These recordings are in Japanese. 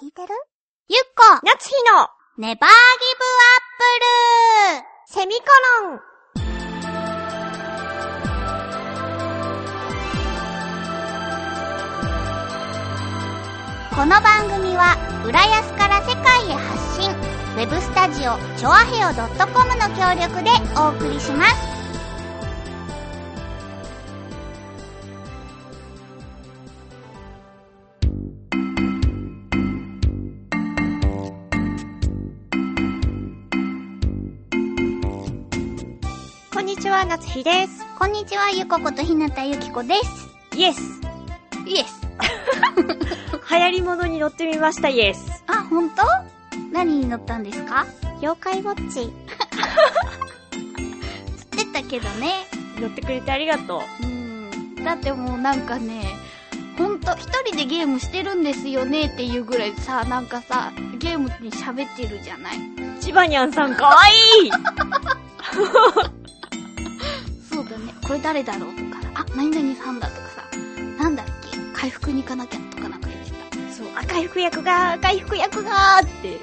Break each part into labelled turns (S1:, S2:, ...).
S1: 聞いてるゆっこ
S2: 夏日の
S1: ネバーギブアップル
S2: セミコロン
S1: この番組は浦安から世界へ発信ウェブスタジオチョアヘオ .com の協力でお送りします
S2: こんにちは、夏日です。
S1: こんにちはゆこことひなたゆきこです
S2: イエス。
S1: イエス
S2: 流行り物に乗ってみました、イエス。
S1: あ、ほんと何に乗ったんですか
S2: 妖怪ウォッチ。
S1: 釣ってたけどね
S2: 乗ってくれてありがと
S1: う
S2: う。
S1: んだってもうなんかねほんと一人でゲームしてるんですよねっていうぐらいさなんかさゲームに喋ってるじゃない
S2: 千葉にゃんさんかわいい
S1: そうだね、これ誰だろうとか、あ、何々さんだとかさ、なんだっけ、回復に行かなきゃとかなんか言って
S2: そう、赤い服役が、赤い服役がーって。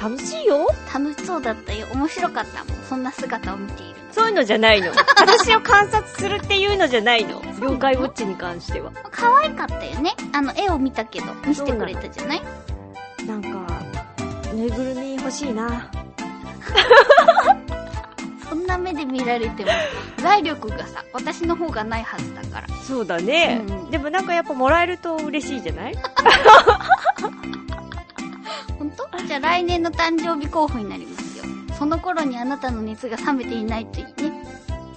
S2: 楽しいよ
S1: た。楽しそうだったよ、面白かったもん、そんな姿を見ている
S2: そういうのじゃないの。私を 観察するっていうのじゃないの。妖怪ウォッチに関しては。
S1: の。可愛かったよね。あの、絵を見たけど、見せてくれたじゃない
S2: なんか、ぬいぐるみ欲しいな。
S1: そんな目で見られても、財力がさ、私の方がないはずだから。
S2: そうだね。
S1: うん
S2: でもなんかやっぱもらえると嬉しいじゃない
S1: ほんとじゃあ来年の誕生日候補になりますよ。その頃にあなたの熱が冷めていないといいね。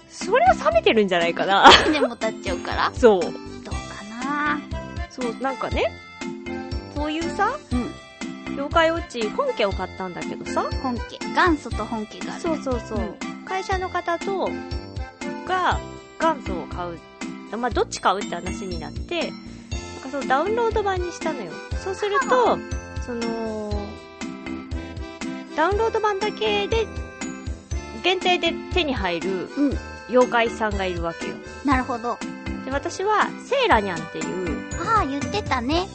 S2: それは冷めてるんじゃないかな。
S1: 1年も経っちゃうから。
S2: そう。
S1: どうかな
S2: そう、なんかね、こういうさ、
S1: うん。
S2: 妖怪ウォッチ本家を買ったんだけどさ、
S1: 本家。元祖と本家がある。
S2: そうそうそう、
S1: うん
S2: 会社の方と、が、元祖を買う。まあ、どっち買うって話になって、なんかそのダウンロード版にしたのよ。そうすると、その、ダウンロード版だけで、限定で手に入る
S1: うん。
S2: 妖怪さんがいるわけよ。
S1: なるほど。
S2: で、私は、セーラニャンっていう、
S1: ああ、言ってたね。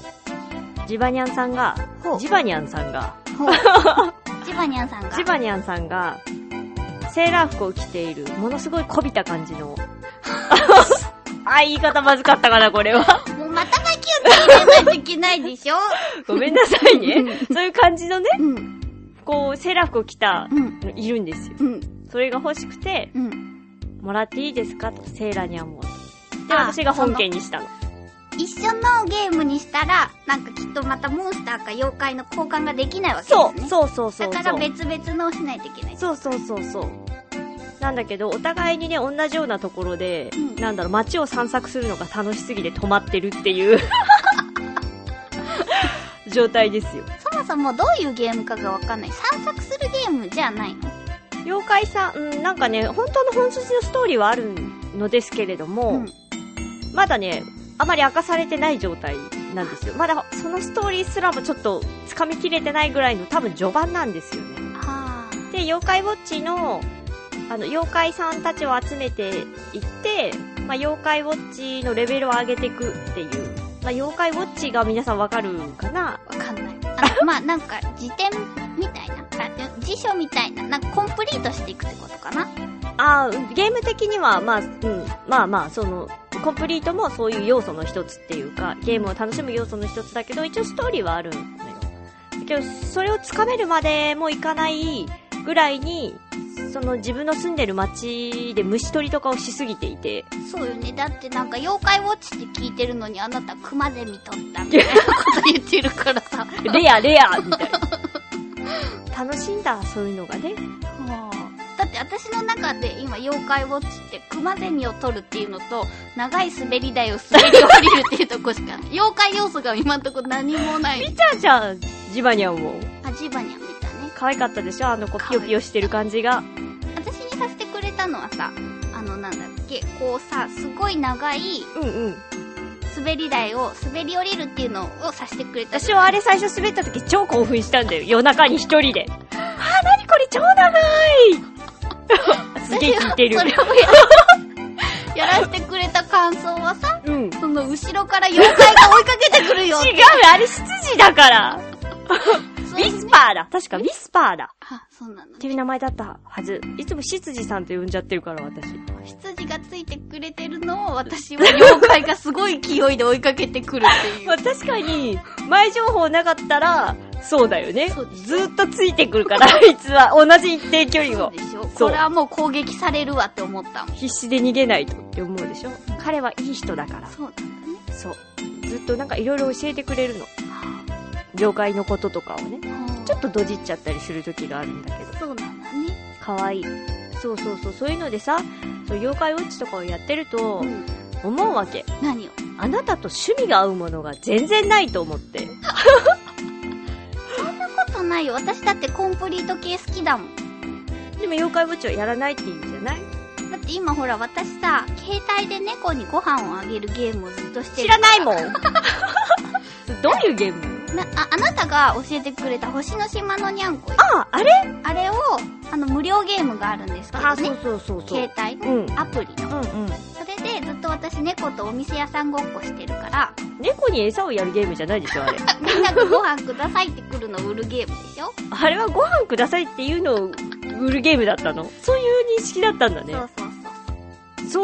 S2: ジバニャンさんが、
S1: ほう
S2: ジバニャンさんが、
S1: ほう。 ジバニャンさんが。
S2: ジバニャンさんが、セーラー服を着ている、ものすごいこびた感じ の。あ、言い方まずかったかな、これは。
S1: もうまた巻きを入れないといけないでしょ
S2: ごめんなさいね。そういう感じのね、
S1: うん、
S2: こう、セーラー服を着た、
S1: うん、
S2: いるんですよ。
S1: うん、
S2: それが欲しくて、
S1: うん。
S2: もらっていいですかと、セーラーニャンも。で、
S1: あ
S2: 私が本家にしたの。
S1: 一緒のゲームにしたら、なんかきっとまたモンスターか妖怪の交換ができないわけです
S2: そ
S1: ね。
S2: う、そうそうそうそう。
S1: だから別々のをしないといけない。
S2: そうそうそうそう。なんだけど、お互いにね、同じようなところで、
S1: うん
S2: なんだろう、街を散策するのが楽しすぎて止まってるっていう、状態ですよ。
S1: そもそもどういうゲームかがわかんない。散策するゲームじゃないの
S2: 妖怪さん、うん、なんかね、本当の本筋のストーリーはあるのですけれども、
S1: うん
S2: まだね、あまり明かされてない状態なんですよ。まだ、そのストーリーすらもちょっと掴みきれてないぐらいの多分序盤なんですよね。
S1: あー
S2: で、妖怪ウォッチの、あの、妖怪さんたちを集めていって、まあ、妖怪ウォッチのレベルを上げていくっていう。まあ、妖怪ウォッチが皆さんわかるかな
S1: わかんない。あの、まあ、なんか辞典みたいな、あ辞書みたいな、なんかコンプリートしていくってことかな
S2: あーゲーム的には、まあ、うん、まあまあ、その、コンプリートもそういう要素の一つっていうか、ゲームを楽しむ要素の一つだけど、一応ストーリーはあるのよ。だけど、それをつかめるまでもいかないぐらいに、その自分の住んでる街で虫取りとかをしすぎていて、
S1: そうよね。だってなんか、妖怪ウォッチって聞いてるのに、あなた熊ゼミ取ったみたいなこと言ってるからさ。
S2: レアレアみたいな。 楽しんだ、そういうのがね。
S1: もうだって私の中で今、妖怪ウォッチって熊ゼミを取るっていうのと、長い滑り台を滑り降りるっていうとこしか ない。妖怪要素が今んとこ何もない。
S2: じゃあじゃあ、ジバニャンも。
S1: あ、ジバニャン見たね。
S2: 可愛かったでしょあの子
S1: 可愛
S2: ピ
S1: い
S2: ヨピヨしてる感じが。
S1: 私にさせてくれたのはさ、あの、なんだっけ、こうさ、すごい長い
S2: うんうん。
S1: 滑り台を滑り降りるっていうのをさせてくれた。
S2: 私はあれ最初滑った時超興奮したんだよ。夜中に一人で。あー、なにこれ超長い すげえ聞いてる
S1: そ。れを ややらせてくれた感想はさ、
S2: うん。
S1: その後ろから妖怪が追いかけてくるよ
S2: 違うよあれ執事だからウィスパーだ確かウィスパーだ
S1: あ、そうなの
S2: っ。ていう名前だったはず。いつも執事さんと呼んじゃってるから、私。
S1: 羊がついてくれてるのを私は妖怪がすごい勢いで追いかけてくるっていう
S2: まあ。確かに、前情報なかったら、そうだよね
S1: そうで。しょ
S2: ずーっとついてくるから、 あいつは。同じ一定距離
S1: そう
S2: を
S1: で。しょ
S2: そう
S1: これはもう攻撃されるわって思ったもん。
S2: 必死で逃げないとって思うでしょ。彼はいい人だから。
S1: そうなんだね。
S2: そう。ずっとなんかいろいろ教えてくれるの。妖怪のこととかをね。ちょっとドジっちゃったりする時があるんだけ
S1: そ
S2: ど。
S1: うなんだね。
S2: かわいい。そうそうそう。そういうのでさ、そう妖怪ウォッチとかをやってると
S1: う、ん。
S2: 思うわけ。
S1: 何を
S2: あなたと趣味が合うものが全然ないと思っ
S1: こ
S2: て。
S1: とないよ。私だってコンプリート系好きだもん。
S2: でも妖怪ウォッチはやらないって言うんじゃない
S1: だって今ほら私さ、携帯で猫にご飯をあげるゲームをずっとして
S2: 知
S1: る。
S2: らないもんどういうゲーム
S1: なあ、あなたが教えてくれた星の島のにゃんこよ
S2: ああ、あれ
S1: あれを、あの無料ゲームがあるんですけど
S2: あ、そ
S1: ね
S2: う。そうそうそう。
S1: 携帯
S2: うん。
S1: アプリの。
S2: うんうん。
S1: それでずっと私猫とお店屋さんごっこしてるから、
S2: 猫に餌をやるゲームじゃないでしょ、あれ。
S1: みんながご飯くださいって来るのを売るゲームでしょ、
S2: あれはご飯くださいっていうのを売るゲームだったのそういう認識だったんだね
S1: そ。うそう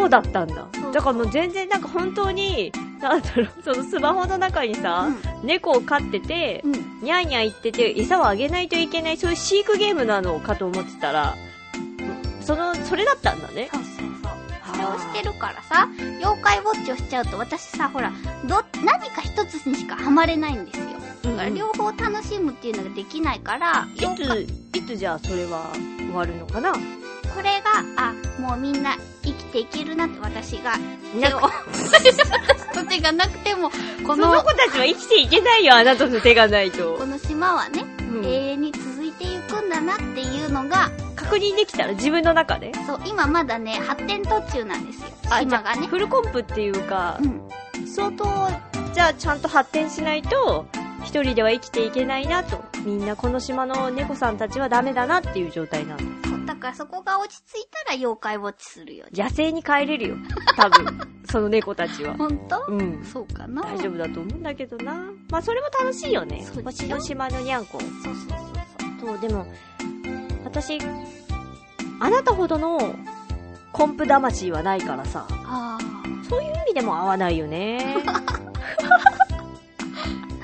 S2: そうだったんだ
S1: そう。
S2: だからもう全然なんか本当に、なんだろう、そのスマホの中にさ、猫を飼ってて
S1: そう。う、ん。うん。
S2: ニャーニャー言ってて餌をあげないといけないそういう飼育ゲームなのかと思ってたらそのそれだったんだね
S1: そうそうそう。それをしてるからさ、妖怪ウォッチをしちゃうと私さ、ほら、ど、何か一つにしかハマれないんですよ。
S2: う
S1: だ
S2: ん
S1: から
S2: い
S1: 両方楽しむっていうのができないから、妖怪
S2: ついつじゃあそれは終わるのかな
S1: これが、あ、もうみんな生きていけるなって私が、手を、
S2: な
S1: 私の手がなくても、こ
S2: その
S1: の、
S2: 子たちは生きていけないよあなたの手がないと
S1: こ、の島はね、
S2: うん
S1: 永遠に続いていくんだなっていうのが、
S2: 確認できたら自分の中で
S1: そう、今まだね、発展途中なんですよ。
S2: じ
S1: 島
S2: ゃ
S1: が
S2: あ
S1: ね。
S2: フルコンプっていうか
S1: うん。
S2: 相当じゃあちゃんと発展しないと一人では生きていけないなとみんなこの島の猫さんたちはダメだなっていう状態なの
S1: そう、だからそこが落ち着いたら妖怪ウォッチするよ。
S2: 野生に帰れるよ多 分その猫たちは
S1: ほんと
S2: うん
S1: そうかな
S2: 大丈夫だと思うんだけどな。まあそれも楽しいよね
S1: そう。です
S2: 星
S1: よ
S2: の島のにゃんこ。
S1: そうそうそう
S2: そう、でも、私、あなたほどのコンプ魂はないからさ、
S1: そう。あ
S2: そういう意味でも合わない よね。
S1: あ。な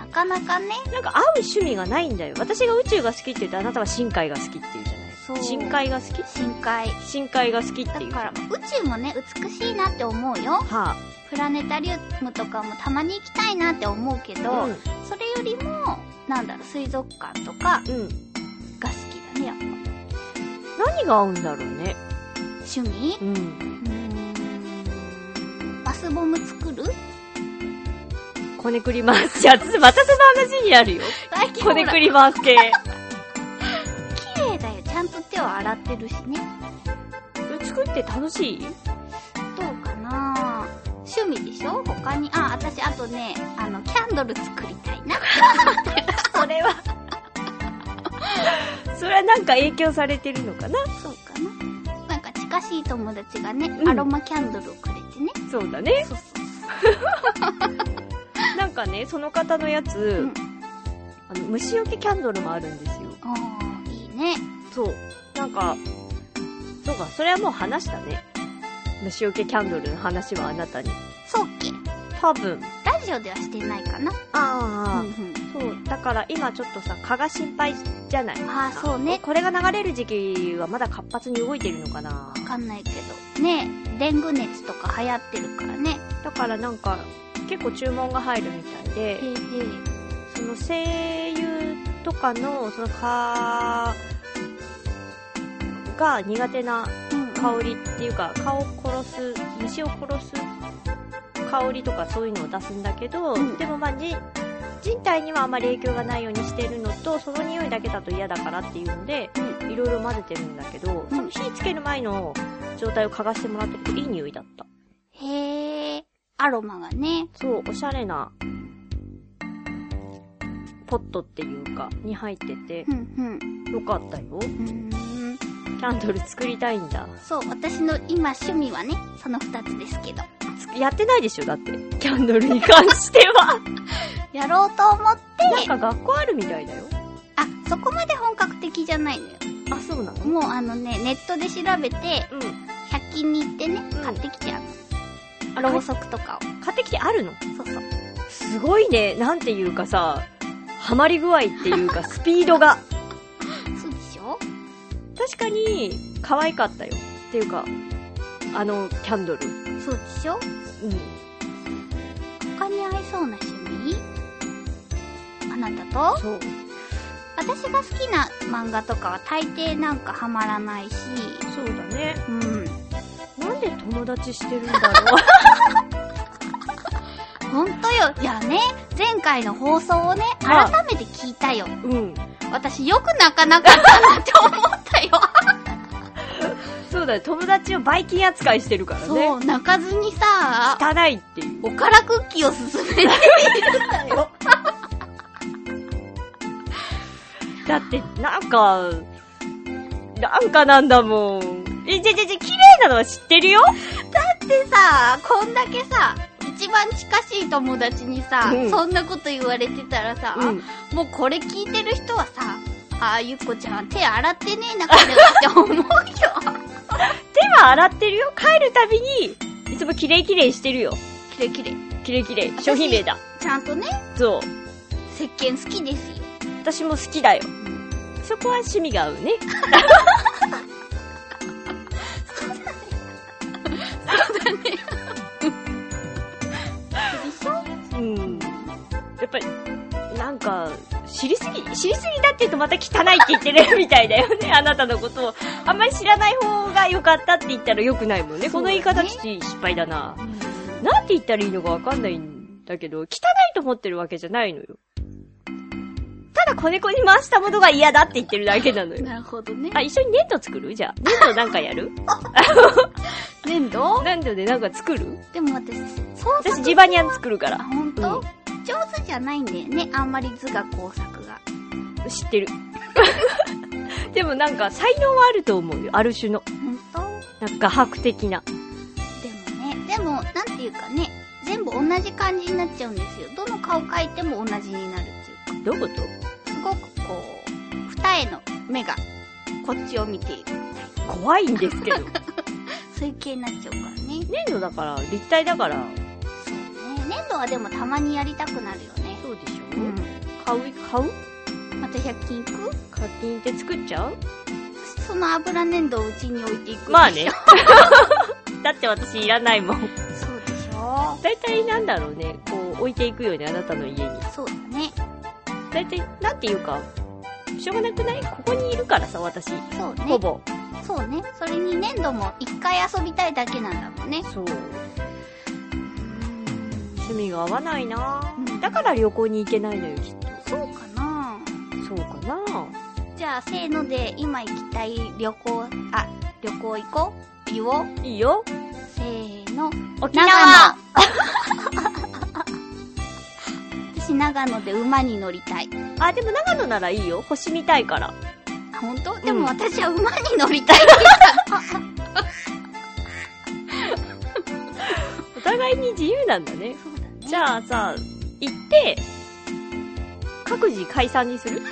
S1: かなかね。
S2: なんか合う趣味がないんだよ。私が宇宙が好きって言ってあなたは深海が好きって言うじゃない。
S1: そう
S2: 深海が好き
S1: 深海。
S2: 深海が好きって
S1: だ
S2: 言うじ
S1: から
S2: ゃ
S1: 宇
S2: ない。
S1: 宙もね、美しいなって思うよ。
S2: は
S1: プラネタリウムとかもたまに行きたいなって思うけ
S2: あ、
S1: ど、それよりも、なんだろう、水族館とか
S2: うん。うん。
S1: が好きだね、やっぱ。
S2: 何が合うんだろうね。
S1: 趣味
S2: うん。
S1: うーん。バスボム作る
S2: こねくり回す。じゃあ、またその話に なるよ。
S1: 最近ほら
S2: こねくり回す系。
S1: 綺麗だよ。ちゃんと手を洗ってるしね。
S2: 作って楽しい
S1: どうかな趣味でしょ他に。あ、私、あとね、あの、キャンドル作りたいな。
S2: それは それはなんか影響されてるのかな
S1: そうかな。なんか近しい友達がね、
S2: うん
S1: アロマキャンドルをくれてね。
S2: そうだね
S1: そうそう
S2: なんかねその方のやつ、
S1: ん
S2: あの虫除けキャンドルもあるんです
S1: そ
S2: よ
S1: う。あー、いいね。
S2: そうなんかそうかそれはもう話したね虫除けキャンドルの話はあなたに
S1: そうっけ
S2: 多分
S1: ラジオではしてないかな。
S2: あ
S1: うんうん。
S2: そうだから今ちょっとさ蚊が心配じゃない
S1: あー、そうね。
S2: これが流れる時期はまだ活発に動いてるのかな
S1: わかんないけど。ねえ、デング熱とか流行ってるからね。
S2: だからなんか結構注文が入るみたいで、
S1: へえへえ。
S2: その声優とかのその蚊が苦手な
S1: うん。
S2: 香りっていうか蚊を殺す虫を殺す香りとかそういうのを出すんだけど、
S1: うん
S2: でもまあじ人体にはあまり影響がないようにしてるのとその匂いだけだと嫌だからっていうので
S1: う
S2: いろいろ混ぜてるんだけど、その火つける前の状態を嗅がしてもらったけどいい匂いだった
S1: へえ。アロマがね。
S2: そうおしゃれなポットっていうかに入ってて
S1: うんうん。
S2: よかったよ。
S1: うーん。
S2: キャンドル作りたいんだ。
S1: そう、私の今趣味はね、その二つですけど。
S2: つやってないでしょだって。キャンドルに関しては。
S1: やろうと思って、
S2: なんか学校あるみたいだよ。
S1: あ、そこまで本格的じゃないのよ。
S2: あ、そうなの
S1: もうあのね、ネットで調べて、
S2: うん。
S1: 100均に行ってね、
S2: うん
S1: 買ってきちゃう。
S2: あ
S1: ろうそくとかを。
S2: 買ってきてあるの
S1: そうそう。
S2: すごいね、なんていうかさ、ハマり具合っていう か、スピードが。
S1: そうでしょ
S2: 確かに、可愛かったよ。っていうか、あの、キャンドル。
S1: そうでしょ
S2: うん。
S1: 他に合いそうな趣味あなたと
S2: そう。
S1: 私が好きな漫画とかは大抵なんかハマらないし、
S2: そうだね。
S1: うん。
S2: なんで友達してるんだろ
S1: ほんとよ。いやね、前回の放送をね、
S2: は
S1: 改
S2: い
S1: めて聞いたよ。
S2: う。うん。
S1: 私よく泣かなかったなって思ったよ。
S2: そうだね、友達をバイキン扱いしてるから
S1: そ
S2: ね。
S1: う、泣かずにさ、
S2: 汚いっていう。
S1: おからクッキーを勧めていたよ。
S2: だって、なんか、なんかなんだもん。え、じゃじゃじゃ、綺麗なのは知ってるよ
S1: でさ、こんだけさ、一番近しい友達にさ、
S2: うん
S1: そんなこと言われてたらさ、
S2: うん
S1: もうこれ聞いてる人はさ、あーゆっこちゃん手洗ってねえな、これはって思うよ。
S2: 手は洗ってるよ帰るたびに、いつも綺麗綺麗してるよ。
S1: キレキレ。
S2: 綺麗綺麗。商品名だ。
S1: ちゃんとね、
S2: そう。
S1: 石鹸好きですよ。
S2: 私も好きだよ。そこは趣味が合うね。
S1: でしょ
S2: うん。やっぱり、なんか、知りすぎ、知りすぎだって言うとまた汚いって言ってる みたいだよね。あなたのことを。あんまり知らない方が良かったって言ったら良くないもんね。
S1: そうだ
S2: この
S1: ね
S2: 言い方ちょっと失敗だな。なんて言ったらいいのかわかんないんだけど、汚いと思ってるわけじゃないのよ。ただ子猫に回したものが嫌だって言ってるだけなのよ。
S1: なるほどね。
S2: あ、一緒に粘土作るじゃあ。粘土なんかやる
S1: 粘土
S2: 粘土で なんか作る
S1: でも私、創
S2: 私
S1: 作。
S2: ジバニャン作るか
S1: あ、
S2: ら。
S1: ほんと、
S2: う
S1: 上手じゃないんだよね。あんまり図画工作が。
S2: 知ってる。 でもなんか才能はあると思うよ。ある種の。
S1: ほんと
S2: なんか画伯的な。
S1: でもね、でも、なんていうかね、全部同じ感じになっちゃうんですよ。どの顔描いても同じになるっていう
S2: どういうこ
S1: か、すごくこう、二重の目が、こっちを見ている。
S2: と怖いんですけど。
S1: そういう系になっちゃうからね。
S2: 粘土だから、立体だから。
S1: そうね。粘土はでもたまにやりたくなるよね。
S2: そうでしょ、
S1: うん。
S2: 買う買う
S1: また100均行く
S2: 課金って作っちゃう
S1: その油粘土をうちに置いていくでしょ。
S2: まあね。 だって私いらないもん。
S1: そうでしょ。
S2: 大体なんだろうね。こう置いていくよね、あなたの家に。
S1: そうだね。
S2: 大体、なんていうか、しょうがなくないここにいるからさ、私。
S1: そうね。
S2: ほぼ。
S1: そうね。それに粘土も一回遊びたいだけなんだもんね。
S2: そう。趣味が合わないな
S1: うん
S2: だから旅行に行けないのよ、きっと。
S1: そうかな
S2: そうかな
S1: じゃあ、せーので、今行きたい旅行、あ、旅行行こう言おう。
S2: いいよ。
S1: せーの。
S2: 沖縄
S1: 長野 私、長野で馬に乗りたい。
S2: あ、でも長野ならいいよ。星見たいから。
S1: あ、本当？
S2: ん
S1: でも私は馬に乗りたい。
S2: お互いに自由なんだね。
S1: そうだね。
S2: じゃあさ、行って、各自解散にす る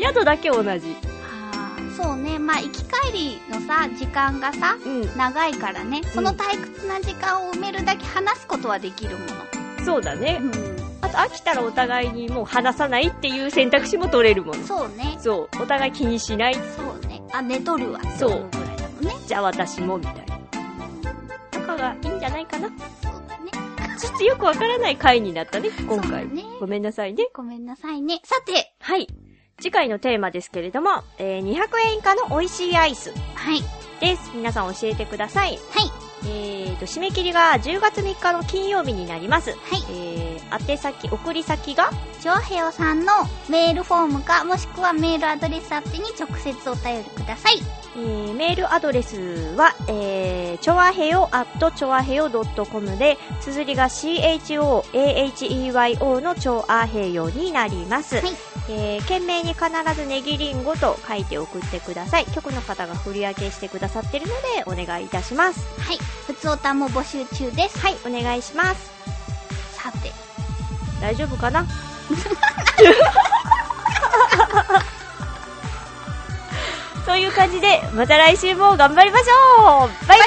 S2: 宿だけ同じ。
S1: あー、そうね。まあ、行き帰りのさ、時間がさ、
S2: うん。
S1: 長いからね、その退屈な時間を埋めるだけ話すことはできるもの。
S2: そうだね。
S1: う
S2: あと飽きたらお互いにもう話さないっていう選択肢も取れるもの
S1: ん、。そうね。
S2: そう。お互い気にしない。
S1: そうね。あ、寝とるわ。そう。ぐらいだもんね。
S2: じゃあ私も、みたいな。とかがいいんじゃないかな。
S1: そうだね。
S2: ちょっとよくわからない回になったね、今回
S1: そう。ね。
S2: ごめんなさいね。
S1: ごめんなさいね。さて、
S2: はい。次回のテーマですけれども、えー、200円以下の美味しいアイス
S1: はい。
S2: です。皆さん教えてください。
S1: はい。
S2: えーと、締め切りが10月3日の金曜日になります。
S1: はい。
S2: えー、宛先、送り先が、
S1: ジョヘオさんのメールフォームか、もしくはメールアドレス宛てに直接お便りください。
S2: えー、メールアドレスは、えー、ちょわへよ at ちょわへよ .com で、綴りが CHOAHEYO のちょわへよになります。
S1: はい
S2: えー、懸命に必ずネギリンゴと書いて送ってください。局の方が振り分けしてくださってるので、お願いいたします。
S1: はい。ふつおたも募集中です。
S2: はい、お願いします。
S1: さて、
S2: 大丈夫かなという感じで、また来週も頑張りましょうバイバイ